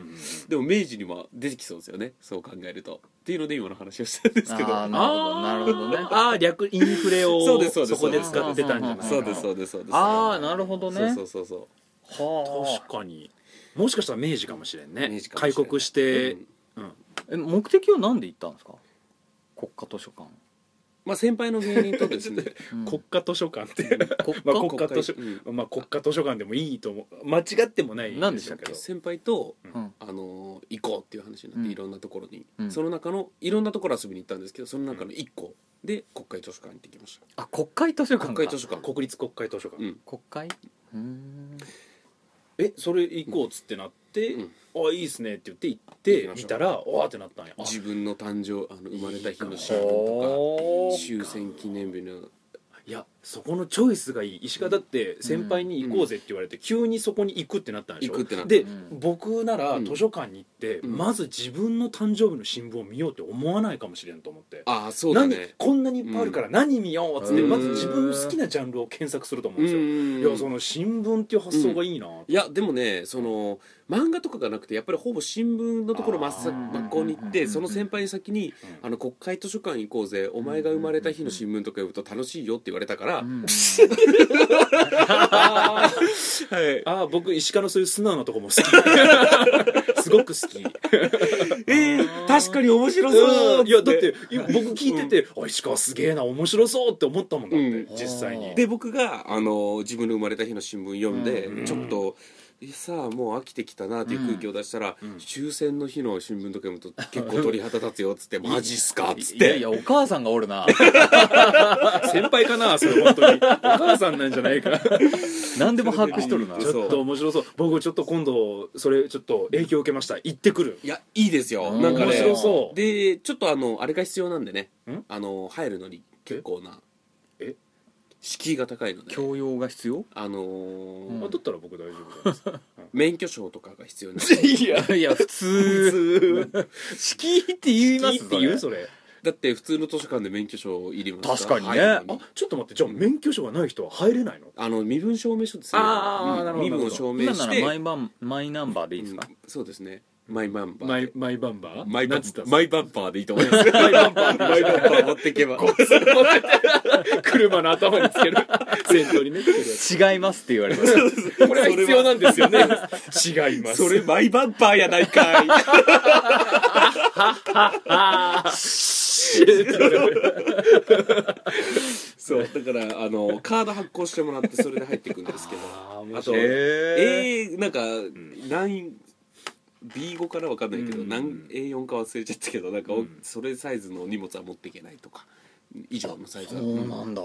Speaker 1: でも明治にも出てきそうですよねそう考えるとっていうので今の話をしたんですけど
Speaker 2: あーなるほどなるほどね
Speaker 3: ああ略インフレを
Speaker 1: そうですそうです
Speaker 3: こで使ってたんじゃない
Speaker 1: そうですそうですそうです
Speaker 2: あーなるほどね
Speaker 1: そうそうそう
Speaker 2: は
Speaker 3: 確かにもしかしたら明治かもしれん
Speaker 1: 明
Speaker 3: ね
Speaker 1: 治かもしれん
Speaker 3: 開国し
Speaker 1: そう、
Speaker 3: て
Speaker 1: うん
Speaker 2: あえ目的は何で行ったんですか国家図書館
Speaker 1: まあ先輩の芸人とで すね
Speaker 2: うん
Speaker 3: 国家図書館って
Speaker 2: 国
Speaker 3: まあ
Speaker 1: 国
Speaker 3: 国
Speaker 1: 家
Speaker 3: 家図書
Speaker 1: う
Speaker 3: まあ国家図書館でもいいと思う間違ってもない
Speaker 2: 何でしたっけ
Speaker 3: けど
Speaker 1: 先輩と
Speaker 2: うん
Speaker 1: あのー行こうっていう話になって、
Speaker 2: うん
Speaker 1: いろんなところに、
Speaker 2: うん
Speaker 1: その中のいろんなところ遊びに行ったんですけどその中の1個で国会図書館に行ってきました、
Speaker 2: あ国会図書館か
Speaker 1: 国会図書館
Speaker 3: 国立国会図書館、
Speaker 1: うん
Speaker 2: 国会うーん
Speaker 3: えそれ行こうっつってなって、
Speaker 1: うん
Speaker 3: あいいっすねって言って行って
Speaker 1: 行きましょう
Speaker 3: 見たらわーってなったんやあ
Speaker 1: 自分の誕生あの生まれた日の新聞と
Speaker 2: ほ
Speaker 1: か
Speaker 2: ー
Speaker 1: 終戦記念日の
Speaker 3: いやそこのチョイスがいい石川だって先輩に行こうぜって言われて、急にそこに行くってなったんでしょ
Speaker 1: 行くってなった
Speaker 3: で、
Speaker 2: うん
Speaker 3: 僕なら
Speaker 1: うん
Speaker 3: 図書館に行って、
Speaker 1: うん
Speaker 3: まず自分の誕生日の新聞を見ようって思わないかもしれんと思って、
Speaker 1: ああそうだ
Speaker 3: 何
Speaker 1: ね
Speaker 3: こんなにいっぱいあるから何見ようっつって、
Speaker 1: うん
Speaker 3: まず自分の好きなジャンルを検索すると思うん
Speaker 1: う
Speaker 3: ですよ、
Speaker 1: ん
Speaker 3: いやその新聞っていう発想がいいな、
Speaker 1: いやでもねその漫画とかがなくてやっぱりほぼ新聞のところ真っ
Speaker 3: あ
Speaker 1: 先
Speaker 3: ー
Speaker 1: 真っ向に
Speaker 2: うん
Speaker 1: 行っ
Speaker 2: うんうんう
Speaker 1: て
Speaker 2: ん
Speaker 1: その先輩に先に「あの国会図書館行こうぜお前が生まれた日の新聞とか読むと楽しいよ」って言われたから、
Speaker 2: うん
Speaker 3: あー
Speaker 1: はい
Speaker 3: あー僕石川のそういう素直なとこも好きすごく好き
Speaker 1: えー、確かに面白そう
Speaker 3: うんいやだってい僕聞いてて、あ石川すげえな面白そうって思ったもんだって、
Speaker 1: うん
Speaker 3: 実際に
Speaker 1: で僕があの自分の生まれた日の新聞読んで、
Speaker 3: うん
Speaker 1: ちょっとさあもう飽きてきたなっていう空気を出したら、
Speaker 3: うん
Speaker 1: 終戦の日の新聞とか読むと結構鳥肌立つよっつって「マジっすか」っつっ
Speaker 2: いや
Speaker 1: て
Speaker 2: いやお母さんがおるな
Speaker 3: 先輩かなそれ本当にお母さんなんじゃないかち
Speaker 2: 何でも把握しとるな
Speaker 1: そう
Speaker 3: ょっと面白そう僕ちょっと今度それちょっと影響受けました行ってくる
Speaker 1: いやいいですよ
Speaker 2: うん
Speaker 1: なんか
Speaker 3: 面
Speaker 1: ね
Speaker 3: 白そう
Speaker 1: でちょっとあのあれが必要なんでね
Speaker 3: ん
Speaker 1: あの入るのに結構な
Speaker 3: ええ
Speaker 1: 敷居が高いので
Speaker 2: 教養が必要
Speaker 1: あの
Speaker 2: うん
Speaker 1: ー
Speaker 3: あだったら僕大丈夫じゃ
Speaker 1: 免許証とかが必要になる
Speaker 3: ないですかいや
Speaker 2: いや普通
Speaker 3: 普通
Speaker 2: 敷居って言いま
Speaker 3: いい
Speaker 2: す
Speaker 3: っ
Speaker 2: そ
Speaker 3: て
Speaker 2: れ
Speaker 3: 言うそれ
Speaker 1: だって普通の図書館で免許証いります
Speaker 2: 確かにね
Speaker 1: 入るの
Speaker 3: あちょっと待ってじゃあ免許証がない人は入れないの
Speaker 1: あの身分証明書ですね
Speaker 3: あーなるほど
Speaker 1: 身分を証明
Speaker 2: 今
Speaker 1: し
Speaker 2: な
Speaker 1: て
Speaker 2: らマイバンマイナンバーでいいですか
Speaker 1: うんそうですねマイナンバー
Speaker 3: マイマイバンバー
Speaker 1: マイバ
Speaker 3: なん
Speaker 1: ン
Speaker 3: つったっす
Speaker 1: マイバンパーでいいと思います。マイバンパー、マイバンパー持っていけば。
Speaker 3: 車の頭につ ける先頭にねつけるやつ
Speaker 2: 違いますって言われます
Speaker 3: これが必要なんですよね違います
Speaker 1: それマイバンパーやないかい。そう、だから、あの、カード発行してもらって、それで入っていくんですけど。
Speaker 3: あー
Speaker 1: あと、
Speaker 2: へ
Speaker 1: A、なんか、何、B5 からわかんないけど、
Speaker 3: うん
Speaker 1: 何 A4 か忘れちゃったけど、なんか、お
Speaker 3: うん
Speaker 1: それサイズの荷物は持っていけないとか、以上のサイズ
Speaker 2: そ
Speaker 1: は。
Speaker 2: うなんだ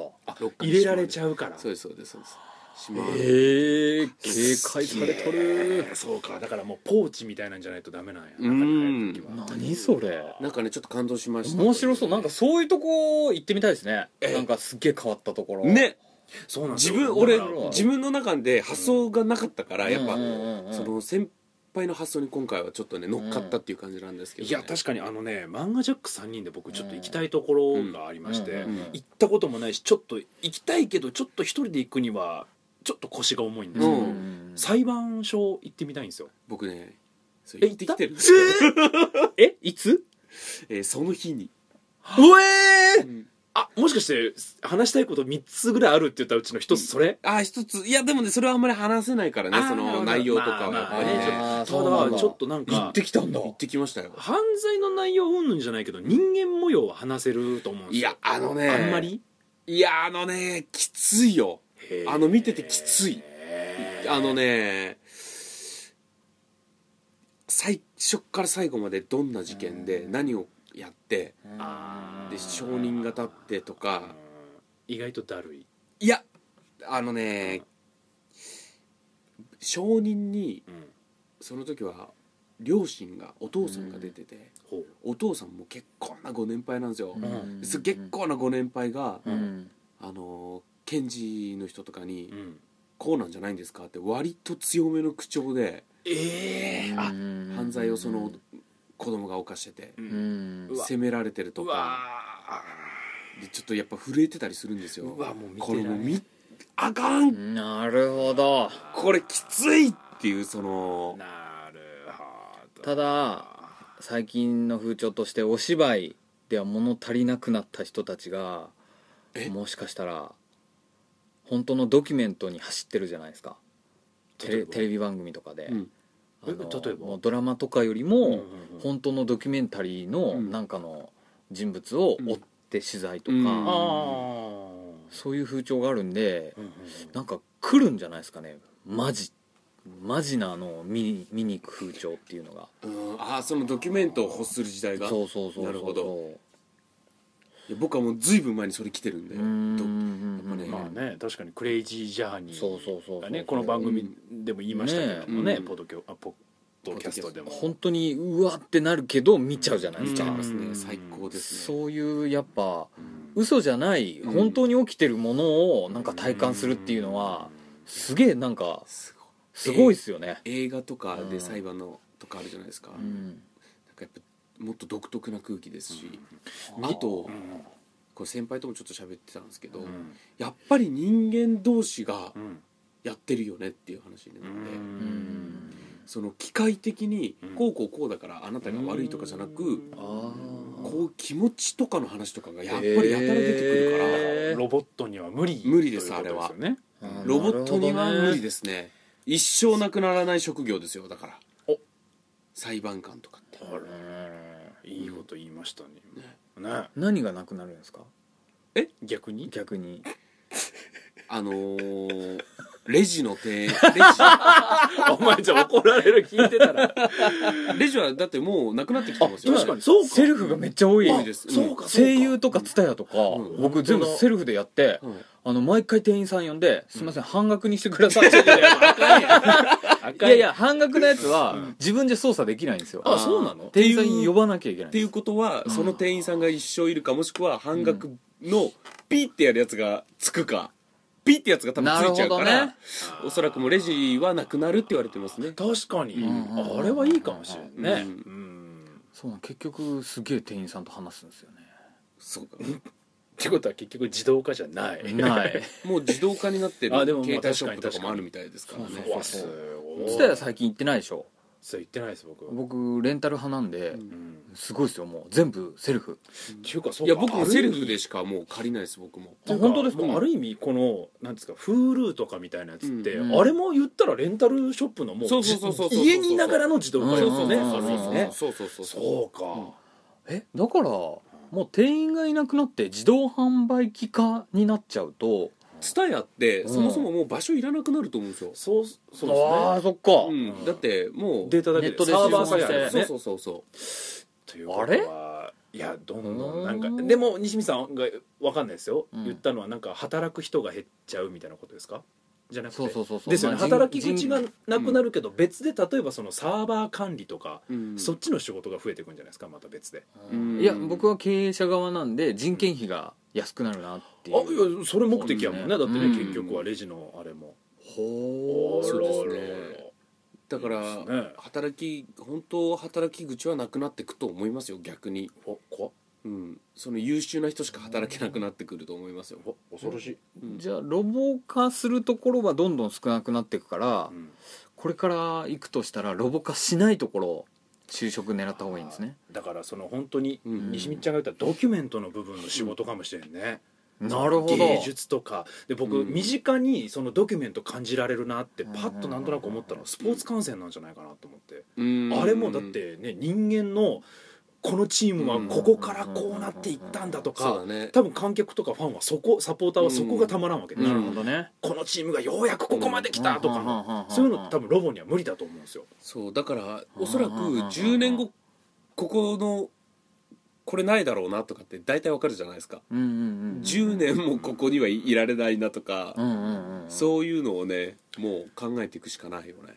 Speaker 3: 入れられち
Speaker 1: ゃ
Speaker 3: ゃうから
Speaker 1: そうです、そうです、そうです。しまう
Speaker 2: へえ警戒されとる
Speaker 3: そうかだからもうポーチみたいなんじゃないとダメなんや
Speaker 1: うん
Speaker 3: 中に入る時は
Speaker 2: 何それ
Speaker 1: なんかね、ちょっと感動しました。
Speaker 2: 面白そうなんかそういうとこ行ってみたいですね
Speaker 1: え
Speaker 2: なんかすっげえ変わったところ
Speaker 1: ね
Speaker 3: そうなんです
Speaker 1: 自
Speaker 3: よ
Speaker 1: 分
Speaker 3: だ
Speaker 1: 俺
Speaker 3: から
Speaker 1: 自分の中で発想がなかったから、やっぱ、
Speaker 2: うんうんうんうん
Speaker 1: その先輩の発想に今回はちょっとね乗っかったっていう感じなんですけど、
Speaker 3: い
Speaker 1: ね
Speaker 3: や確かにあのねマンガジャック3人で僕ちょっと行きたいところがありまして、
Speaker 2: うんうんうん
Speaker 3: 行ったこともないしちょっと行きたいけどちょっと一人で行くにはちょっと腰が重いんで
Speaker 2: う
Speaker 3: すよ、
Speaker 1: うん
Speaker 3: 裁判所行ってみたいんですよ
Speaker 1: 僕ねそ
Speaker 3: え
Speaker 1: れ行ってきてるんですよ、
Speaker 3: えいつ
Speaker 1: えーその日に、
Speaker 2: うえー
Speaker 3: あもしかして話したいこと3つぐらいあるって言ったうちの1つそれ、
Speaker 1: ああ一ついやでもねそれはあんまり話せないからね
Speaker 3: あー
Speaker 1: そ
Speaker 3: なるほ
Speaker 1: の
Speaker 3: ど
Speaker 1: 内容とかはやっぱりね、
Speaker 3: まあまあね
Speaker 2: あー
Speaker 3: た
Speaker 2: そうなん
Speaker 3: だちょっとなん
Speaker 2: 行っ
Speaker 3: か
Speaker 2: てきたんだ
Speaker 1: 行ってきましたよ
Speaker 3: 犯罪の内容うんぬんじゃないけど人間模様は話せると思うんで
Speaker 1: い
Speaker 3: すよ
Speaker 1: やあのね
Speaker 3: あんまり
Speaker 1: いやあのねきついよあの見ててきついあのね最初から最後までどんな事件で何をやって
Speaker 3: あ
Speaker 1: で証人が立ってとか
Speaker 3: 意外とだるい、
Speaker 1: いやあのね証人に
Speaker 3: うん、
Speaker 1: その時は両親がお父さんが出てて
Speaker 3: ほう
Speaker 1: お父さんも結構なご年配なんですよ
Speaker 3: ん
Speaker 1: す結構なご年配が
Speaker 2: う
Speaker 3: うんん
Speaker 1: あの検事の人とかに
Speaker 3: うん、
Speaker 1: 「こうなんじゃないんですか?」って割と強めの口調で
Speaker 3: ええあ
Speaker 1: 犯罪をその子供が犯してて
Speaker 3: うん
Speaker 2: うん
Speaker 3: うわ
Speaker 1: 責められてると
Speaker 3: う
Speaker 1: か
Speaker 3: わ
Speaker 1: でちょっとやっぱ震えてたりするんです
Speaker 3: ー
Speaker 1: よ
Speaker 3: うわもう見て
Speaker 1: こ
Speaker 3: な
Speaker 1: れ
Speaker 3: い
Speaker 1: もう見あかん
Speaker 2: なるほど
Speaker 1: これきついっていうその
Speaker 3: なるほど
Speaker 2: ただ最近の風潮としてお芝居では物足りなくなった人たちが
Speaker 1: え
Speaker 2: もしかしたら本当のドキュメントに走ってるじゃないですかテ
Speaker 3: 例え
Speaker 2: レ
Speaker 3: ば
Speaker 2: テレビ番組とかで、
Speaker 1: うん
Speaker 2: あの
Speaker 3: え例えば
Speaker 2: もうドラマとかより
Speaker 3: うんうん
Speaker 2: も
Speaker 3: うん
Speaker 2: 本当のドキュメンタリーの
Speaker 1: うん
Speaker 2: なんかの人物を追って取材とか、
Speaker 1: うん
Speaker 3: あー
Speaker 2: そういう風潮があるんで
Speaker 3: うんうん
Speaker 2: なんか来るんじゃないですかねマジマジなあの見に見に行く風潮っていうのが
Speaker 1: うんああそのドキュメントを欲する時代が
Speaker 2: そうそうそうそう
Speaker 1: なるほどいや僕はもうずいぶん前にそれ来てるんで
Speaker 2: うーん
Speaker 1: ド
Speaker 2: うん
Speaker 1: やっぱ
Speaker 3: まあね確かにクレイジージャーニー
Speaker 2: そうそうそうそ
Speaker 3: が
Speaker 2: う
Speaker 3: ねこの番組でも言いましたけども
Speaker 1: ね
Speaker 3: ね
Speaker 1: うん
Speaker 3: ポッドキャあポッドキャストでも
Speaker 2: 本当にうわってなるけど見ちゃうじゃないです
Speaker 1: 見ちゃ
Speaker 2: か、
Speaker 1: います
Speaker 3: う
Speaker 1: ね
Speaker 3: ん
Speaker 1: 最高ですね
Speaker 2: そういうやっぱ
Speaker 3: うん
Speaker 2: 嘘じゃない
Speaker 1: うん
Speaker 2: 本当に起きてるものをなんか体感するっていうのはすげえなんか
Speaker 1: すごい
Speaker 2: すごいっすよね、
Speaker 1: 映画とかで裁判のとかあるじゃないですかな
Speaker 2: うんん
Speaker 1: かやっぱもっと独特な空気ですし
Speaker 3: うん
Speaker 1: あと
Speaker 3: うん
Speaker 1: これ先輩ともちょっと喋ってたんですけど
Speaker 3: うん
Speaker 1: やっぱり人間同士が
Speaker 3: うん
Speaker 1: やってるよねっていう話に
Speaker 3: う
Speaker 1: なって
Speaker 3: ん
Speaker 1: その機械的に
Speaker 3: うん
Speaker 1: こうこうこうだからあなたが悪いとかじゃなく
Speaker 3: うん
Speaker 1: こう気持ちとかの話とかがやっぱりやたら出てくるから、
Speaker 2: へー
Speaker 3: ロボットには無理
Speaker 1: 無理です
Speaker 3: ということよね
Speaker 2: あー
Speaker 1: ロボットには無理
Speaker 2: なる
Speaker 1: ですね一生なくならない職業ですよだから
Speaker 3: お
Speaker 1: 裁判官とかって
Speaker 2: ほどね
Speaker 3: いいこと言いましたねね
Speaker 2: 何がなくなるんですか
Speaker 3: 逆に
Speaker 2: 逆に
Speaker 1: あのーレジの店員
Speaker 3: お前じゃあ怒られる聞いてたら
Speaker 1: レジレジはだってもうなくなってきてますよ
Speaker 3: 確かにそうか
Speaker 2: セルフがめっちゃ多い
Speaker 1: 多いです
Speaker 3: そうかそううか
Speaker 2: 声優とかツタヤとか、
Speaker 1: うん
Speaker 2: 僕全部セルフでやって、
Speaker 1: うん
Speaker 2: あの毎回店員さん呼んで「すいません半額にしてください」い
Speaker 3: 赤
Speaker 2: やいや 半額のやつは自分じゃ操作できないんですよ
Speaker 3: あそうなの
Speaker 2: 店員さん呼ばなきゃいけな
Speaker 1: っ
Speaker 2: い
Speaker 1: ていうことはその店員さんが一生いるかもしくは半額のピーってやるやつがつくかピーってやつが多分ついちゃう
Speaker 2: な
Speaker 1: か
Speaker 2: る
Speaker 1: ら、
Speaker 2: ほどね
Speaker 1: おそらくもうレジはなくなるって言われてますね
Speaker 3: 確かに、
Speaker 2: ん
Speaker 3: あれはいいかもしれないね、
Speaker 1: う
Speaker 2: そうなん結局すげえ店員さんと話すんですよね
Speaker 1: そうか
Speaker 3: ってことは結局自動化じゃない
Speaker 2: ない
Speaker 1: もう自動化になってる
Speaker 3: あでもまあ
Speaker 1: 携帯ショップと
Speaker 3: 確
Speaker 1: か
Speaker 3: かに
Speaker 1: もあるみたいですからね
Speaker 2: そう
Speaker 3: う
Speaker 2: そう
Speaker 3: わすごい
Speaker 2: ツタヤ最近行ってないでしょ
Speaker 3: そう言ってないです僕、
Speaker 2: 僕レンタル派なんで、
Speaker 1: ん
Speaker 3: うん
Speaker 2: すごいですよもう全部セルフ
Speaker 3: っていうかそう
Speaker 1: い
Speaker 3: い
Speaker 1: や僕もセルフでしかもう借りないです僕も
Speaker 2: あ本当ですか
Speaker 3: ある意味このなんですか Hulu とかみたいなやつって、
Speaker 2: うん
Speaker 3: あれも言ったらレンタルショップのも
Speaker 1: そうそうそうそう
Speaker 3: じ家にいながらの自動化ですよね、
Speaker 2: うんうんうんうん
Speaker 3: そうですね
Speaker 1: そうそうそう
Speaker 3: そうか、
Speaker 2: えだからもう店員がいなくなって自動販売機化になっちゃうと
Speaker 1: ツタヤって
Speaker 2: うん
Speaker 1: そもそももう場所いらなくなると思うんですよ、
Speaker 3: そうそうで
Speaker 2: ああそっか、
Speaker 1: うんだってもう
Speaker 3: すねデータだけ
Speaker 2: ネットで
Speaker 3: サーバーさえ
Speaker 2: 注文し
Speaker 3: あ
Speaker 2: て
Speaker 1: そ
Speaker 3: れば
Speaker 1: う
Speaker 3: ね
Speaker 1: そうそうそ
Speaker 3: ということはいやどんどんなんか
Speaker 2: うん
Speaker 3: でも西見さんがわかんないですよ、
Speaker 2: うん
Speaker 3: 言ったのはなんか働く人が減っちゃうみたいなことですかじゃなくて
Speaker 2: そうそうそうそう
Speaker 3: ですよね、
Speaker 2: まあ人
Speaker 3: 働き口がなくなるけど、別で例えばそのサーバー管理とか、
Speaker 1: う、うん、
Speaker 3: そっちの仕事が増えていくんじゃないですかまた別で、
Speaker 1: うん
Speaker 2: いや僕は経営者側なんで人件費が安くなるなっていう
Speaker 3: あいやそれ目的やもんねだ
Speaker 2: そ
Speaker 3: っ
Speaker 2: う
Speaker 3: て
Speaker 2: ですね
Speaker 3: ね、
Speaker 2: うん
Speaker 3: 結局はレジのあれも
Speaker 2: ほ
Speaker 1: ー
Speaker 2: う
Speaker 1: そうですね
Speaker 3: あららら
Speaker 1: だから
Speaker 3: いいですね
Speaker 1: 働き本当働き口はなくなってくと思いますよ逆に、
Speaker 3: お怖っ
Speaker 1: うん、その優秀な人しか働けなくなってくると思いますよ
Speaker 3: お恐ろしい、
Speaker 1: うん
Speaker 2: じゃあロボ化するところはどんどん少なくなっていくから、
Speaker 3: うん
Speaker 2: これから行くとしたらロボ化しないところ就職狙った方がいいんですね
Speaker 3: だからその本当に
Speaker 1: うん
Speaker 3: 西見ちゃんが言ったドキュメントの部分の仕事かもしれんね、
Speaker 2: なるほど
Speaker 3: 芸術とかで僕、
Speaker 1: うん
Speaker 3: 身近にそのドキュメント感じられるなって
Speaker 2: う
Speaker 3: パ
Speaker 2: ん
Speaker 3: ッとなんとなく思ったのはスポーツ観戦なんじゃないかなと思って、
Speaker 1: うん
Speaker 3: あれもだってね人間のこのチームはここからこうなっていったんだと
Speaker 1: そうだ
Speaker 3: か
Speaker 1: ね
Speaker 3: 多分観客とかファンはそこサポーターはそこがたまらんわけで、
Speaker 1: うん
Speaker 2: なるほどね
Speaker 3: このチームがようやくここまで来たとか
Speaker 2: うんうんうんうん
Speaker 3: の
Speaker 2: うん
Speaker 3: そういうのって多分ロボには無理だと思うんですよ。
Speaker 1: そうだからおそらく
Speaker 2: うんうんうんうん
Speaker 1: 10年後ここのこれないだろうなとかって大体わかるじゃないですか
Speaker 2: うんうんうん
Speaker 1: 10年もここにはいいられないなとか、
Speaker 2: うんうんうん
Speaker 1: そういうのをねもう考えていくしかないよね、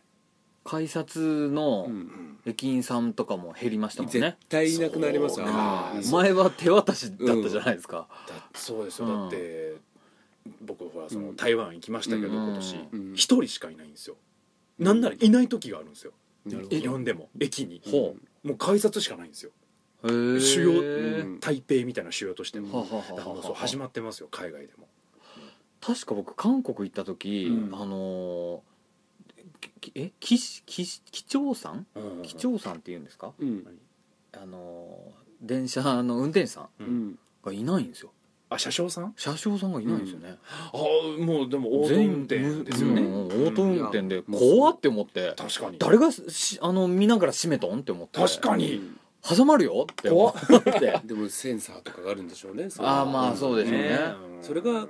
Speaker 2: 改札の
Speaker 1: うん
Speaker 2: 駅員さんとかも減りましたもん
Speaker 1: 絶
Speaker 2: ね
Speaker 1: 対いなくなりますよ
Speaker 3: そうか
Speaker 1: うん
Speaker 2: 前は手渡しだったじゃないですか、
Speaker 3: だそうですよ、
Speaker 2: うん
Speaker 3: だって僕ほらそ
Speaker 1: うん
Speaker 3: の台湾行きましたけど、
Speaker 2: うん
Speaker 3: 今年
Speaker 1: うん
Speaker 3: 一人しかいないんですよ、なんならいない時があるんですよ、
Speaker 1: なるほ
Speaker 3: え
Speaker 1: ど
Speaker 3: 呼んでも駅に、
Speaker 2: ほ
Speaker 3: もう改札しかないんですよ
Speaker 2: へー
Speaker 3: 主
Speaker 1: う
Speaker 3: 要
Speaker 1: ん
Speaker 3: 台北みたいな主要として
Speaker 1: うん
Speaker 3: も、
Speaker 2: はははは
Speaker 3: だからもうそう始まってますよ海外でも
Speaker 2: 確か僕韓国行った時、
Speaker 3: うん
Speaker 2: あのーきえ機機機長さん
Speaker 3: うん
Speaker 2: 機長さんっていうんですか、
Speaker 1: うん
Speaker 2: あのー電車の運転手さん
Speaker 1: う
Speaker 3: うん
Speaker 1: ん
Speaker 2: がいないんですよ
Speaker 3: あ車掌さん
Speaker 2: 車掌さんがいないんですよね、
Speaker 3: あもうでもオート運転ですよね、
Speaker 1: 全員
Speaker 2: うんオート運転で
Speaker 1: うん
Speaker 2: 怖って思って
Speaker 3: 確かに
Speaker 2: 誰がしあの見ながら閉めたんって思って
Speaker 3: 確かに、
Speaker 2: 挟まるよって思
Speaker 3: 怖っ
Speaker 2: って
Speaker 1: でもセンサーとかがあるんでしょうね
Speaker 2: あーまあそうでしょうね
Speaker 3: うん
Speaker 1: それが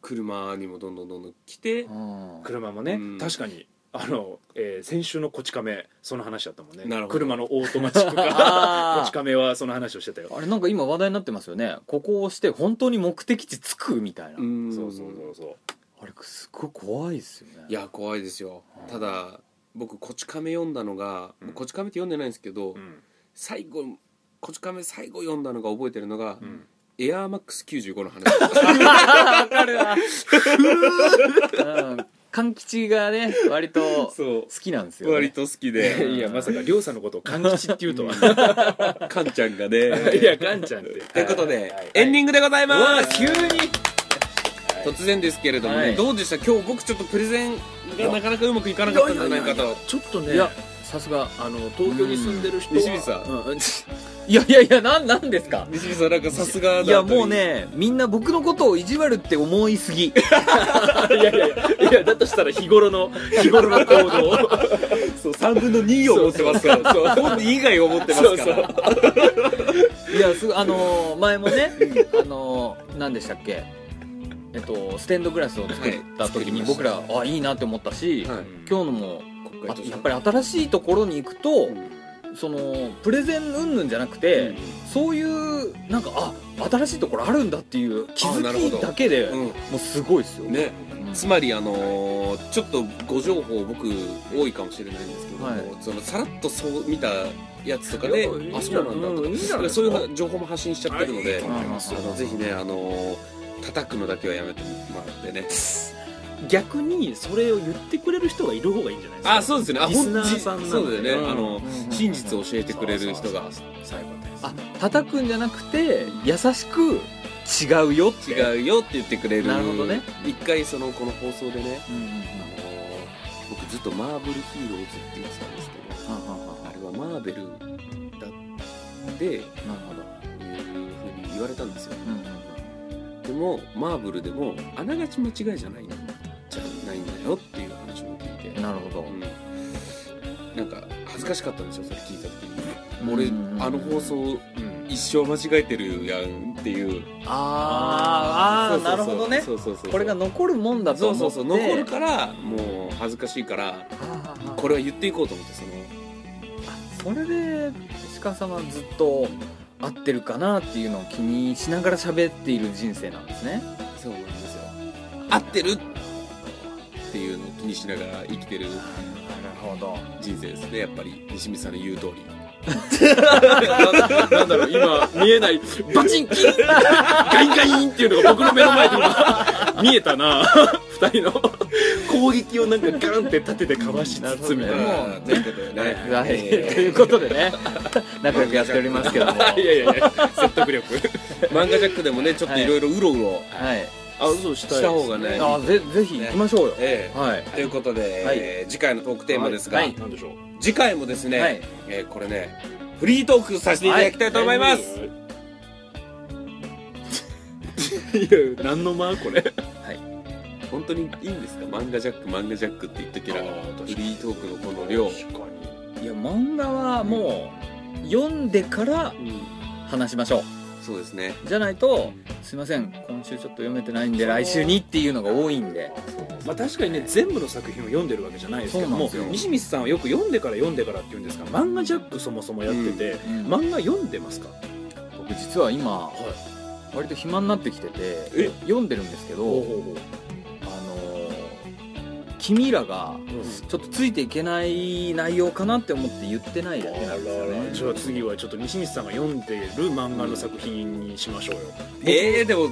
Speaker 1: 車にもどんどんどんどん来て
Speaker 2: うん
Speaker 3: 車もね、
Speaker 1: うん
Speaker 3: 確かにあの、えー先週の「こち亀」その話だったもんね
Speaker 1: なるほど
Speaker 3: 車のオートマチック
Speaker 2: あー
Speaker 3: が「こち亀」はその話をしてたよ
Speaker 2: あれなんか今話題になってますよねここをして本当に目的地着くみたいな、
Speaker 1: ん
Speaker 3: そうそうそうそう
Speaker 2: あれすごい怖いですよね
Speaker 1: いや怖いですよただ僕「こち亀」読んだのが
Speaker 3: う
Speaker 1: 「
Speaker 3: ん
Speaker 1: こち亀」って読んでないんですけど
Speaker 3: うん
Speaker 1: 最後「こち亀」最後読んだのが覚えてるのが
Speaker 3: うん
Speaker 1: 「エアーマックス95」の話
Speaker 2: わかるわうん勘吉がね割と好
Speaker 1: そ
Speaker 2: きなんですよ、ね、
Speaker 1: 割と好きで
Speaker 3: いやまさか亮さんのことを勘吉っていうとは
Speaker 1: カンちゃんが ね
Speaker 3: いやカンちゃんって
Speaker 1: ということで
Speaker 3: はい
Speaker 1: エンディングでございうま
Speaker 2: わ
Speaker 1: す
Speaker 2: 急に
Speaker 1: 突然ですけれどもね、
Speaker 2: はい
Speaker 1: どうでした今日僕ちょっとプレゼンがなかなかうまくいかなかったんじゃないか
Speaker 3: いやいやい
Speaker 1: と
Speaker 3: やちょっとね
Speaker 2: いやさすが
Speaker 3: あの東京に住んでる人は
Speaker 1: うん西光さ
Speaker 3: うん
Speaker 2: いやいやいやなんなんですか
Speaker 1: 西見さんなんかさすがだ
Speaker 2: いやもうねみんな僕のことを意地悪って思いすぎ
Speaker 3: いやいやいやいやだとしたら日頃の日頃の行動
Speaker 1: そう3分の2を持ってますからそう本人以外を持ってますから
Speaker 3: そう
Speaker 2: いやすごいあのー前もねあのー何でしたっけえっと、ステンドグラスを作った時に
Speaker 1: はい
Speaker 2: 僕らあいいなって思ったし、
Speaker 1: はい
Speaker 2: 今日のも
Speaker 1: 国
Speaker 2: あ
Speaker 1: 会と
Speaker 2: やっぱり新しいところに行くと、そのプレゼン云々じゃなくて、そういうなんかあ新しいところあるんだっていう気
Speaker 1: あなるほ
Speaker 2: づ
Speaker 1: ど
Speaker 2: きだけで
Speaker 1: うん
Speaker 2: もうすごいですよ、
Speaker 1: ね
Speaker 2: うん
Speaker 1: つまりあのーちょっとご情報僕多いかもしれないんですけども、
Speaker 2: はい
Speaker 1: そのさらっとそう見たやつとかで、
Speaker 3: いや
Speaker 1: あそうなんだとか、
Speaker 3: うんいいんじゃないです
Speaker 1: そ
Speaker 3: か
Speaker 1: ういう情報も発信しちゃってるの
Speaker 3: はいいい
Speaker 1: で、
Speaker 3: と
Speaker 2: 思います
Speaker 1: あのぜひねあのー叩くのだけはやめてもらってね
Speaker 3: 逆にそれを言ってくれる人がいる方がいいんじゃないですか
Speaker 1: あそうですねあ
Speaker 3: リスナーさんな
Speaker 1: そう
Speaker 3: の
Speaker 1: だ
Speaker 3: で
Speaker 1: よね、
Speaker 3: うん
Speaker 1: あの真実を教えてくれる人が
Speaker 3: 最後です
Speaker 2: あ叩くんじゃなくて優しく違うよって
Speaker 1: 違うよって言ってくれる
Speaker 2: なるほどね
Speaker 1: 一回そのこの放送でね、
Speaker 2: うんうんうん
Speaker 1: あのー僕ずっとマーブルヒーローズって言ってたんですけど
Speaker 2: はんはんはんは
Speaker 1: あれはマーベルだって
Speaker 2: んなるほど
Speaker 1: いうふうに言われたんですよ
Speaker 2: うんうん
Speaker 1: でもマーブルでもあながち間違いじゃないじゃないんだよっていう話を聞いて
Speaker 2: うん、なるほど、
Speaker 1: うん、なんか恥ずかしかったんですよそれ聞いた時に
Speaker 2: うん
Speaker 1: 俺
Speaker 2: うん
Speaker 1: あの放送一生間違えてるやんっていう
Speaker 2: あーあーな
Speaker 1: そうそうそう
Speaker 2: るほどね
Speaker 1: そうそうそう
Speaker 2: これが残るもんだと思
Speaker 1: そう
Speaker 2: って
Speaker 1: そうそう残るからもう恥ずかしいから
Speaker 2: あー
Speaker 1: これは言っていこうと思ってそ
Speaker 2: あ
Speaker 1: の
Speaker 2: それで鹿様ずっと合ってるかなっていうのを気にしながら喋っている人生なんですね
Speaker 1: そうなんですよ合ってるっていうのを気にしながら生きてる
Speaker 2: なるほど
Speaker 1: 人生ですねやっぱり西見さんの言う通り
Speaker 3: な なんだろう今見えないバチンキン ガインガインっていうのが僕の目の前で今見えたな二人の攻撃をなんかガンって立ててかわしつつみたいな
Speaker 2: なるほどね
Speaker 1: もうということでね
Speaker 2: はい、 ということ
Speaker 1: え
Speaker 2: でね仲良くやっておりますけどもはい
Speaker 3: やいやいや説得力
Speaker 1: ー漫画ジャックでもねちょっといろいろうろうろ
Speaker 2: い
Speaker 3: あそうし
Speaker 1: した方がね
Speaker 2: あぜぜひ行きましょうよ、
Speaker 1: ええ
Speaker 2: はい
Speaker 1: ということで、
Speaker 2: はい
Speaker 1: えー次回のトークテーマですが、
Speaker 2: はい
Speaker 3: なんでしょう
Speaker 1: 次回もですね、
Speaker 2: はい
Speaker 1: えーこれねフリートークさせていただきたいと思います、
Speaker 3: いや何の間これ
Speaker 1: 本当にいいんですか漫画ジャック漫画ジャックって言っときながら
Speaker 3: あー確
Speaker 1: フ
Speaker 3: か
Speaker 1: リ
Speaker 3: に
Speaker 1: ートークのこの量、
Speaker 2: いや漫画はもう読んでから
Speaker 1: うん
Speaker 2: 話しましょ
Speaker 1: そうですね
Speaker 2: うじゃないとすいません今週ちょっと読めてないんで来週にっていうのが多いんで
Speaker 3: まあ確かにね全部の作品を読んでるわけじゃないですけども
Speaker 2: そうなん
Speaker 1: ですよ
Speaker 3: 西光さんはよく読んでから読んでからって言うんですが漫画ジャックそもそもやってて、
Speaker 2: うん
Speaker 3: 漫画読んでますか
Speaker 2: 僕実は今、割と暇になってきてて
Speaker 1: え
Speaker 2: 読んでるんですけど、
Speaker 3: ほうほう
Speaker 2: あのー君らが
Speaker 3: ん
Speaker 2: ちょっとついていけない内容かなって思って言ってないだけなんですよね
Speaker 3: じゃあ次はちょっと西光さんが読んでる漫画の作品にしましょうよ、
Speaker 1: えー、でも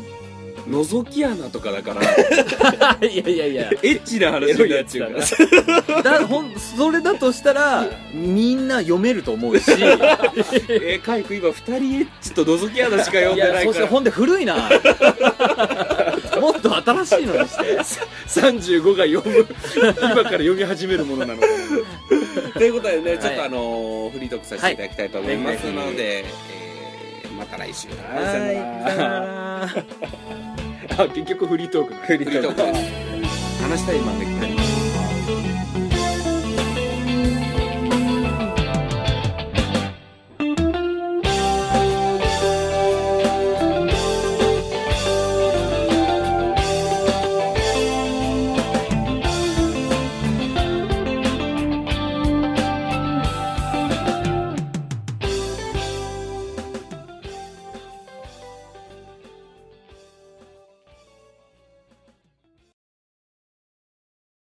Speaker 1: 覗き穴とかだ から
Speaker 2: いやいやいや
Speaker 1: エッチな話になっちゃうから
Speaker 2: だほんそれだとしたらみんな 読めると思うしいや
Speaker 1: えー、カイク今2人エッチと覗き穴しか読んでな
Speaker 2: そ
Speaker 1: い
Speaker 2: し
Speaker 1: か
Speaker 2: て
Speaker 1: ら
Speaker 2: ほんで古い なもっと新しいのにして
Speaker 3: 35が読む 今から読み始めるものなので
Speaker 1: ということでね、
Speaker 2: い
Speaker 1: ちょっとあのーフリートークさせていただきたいと思いますので、えーまた来週。
Speaker 3: はいさよなら
Speaker 2: さよなら
Speaker 3: あ結局フリートークの
Speaker 1: フリートークです。話したい漫画聞かれます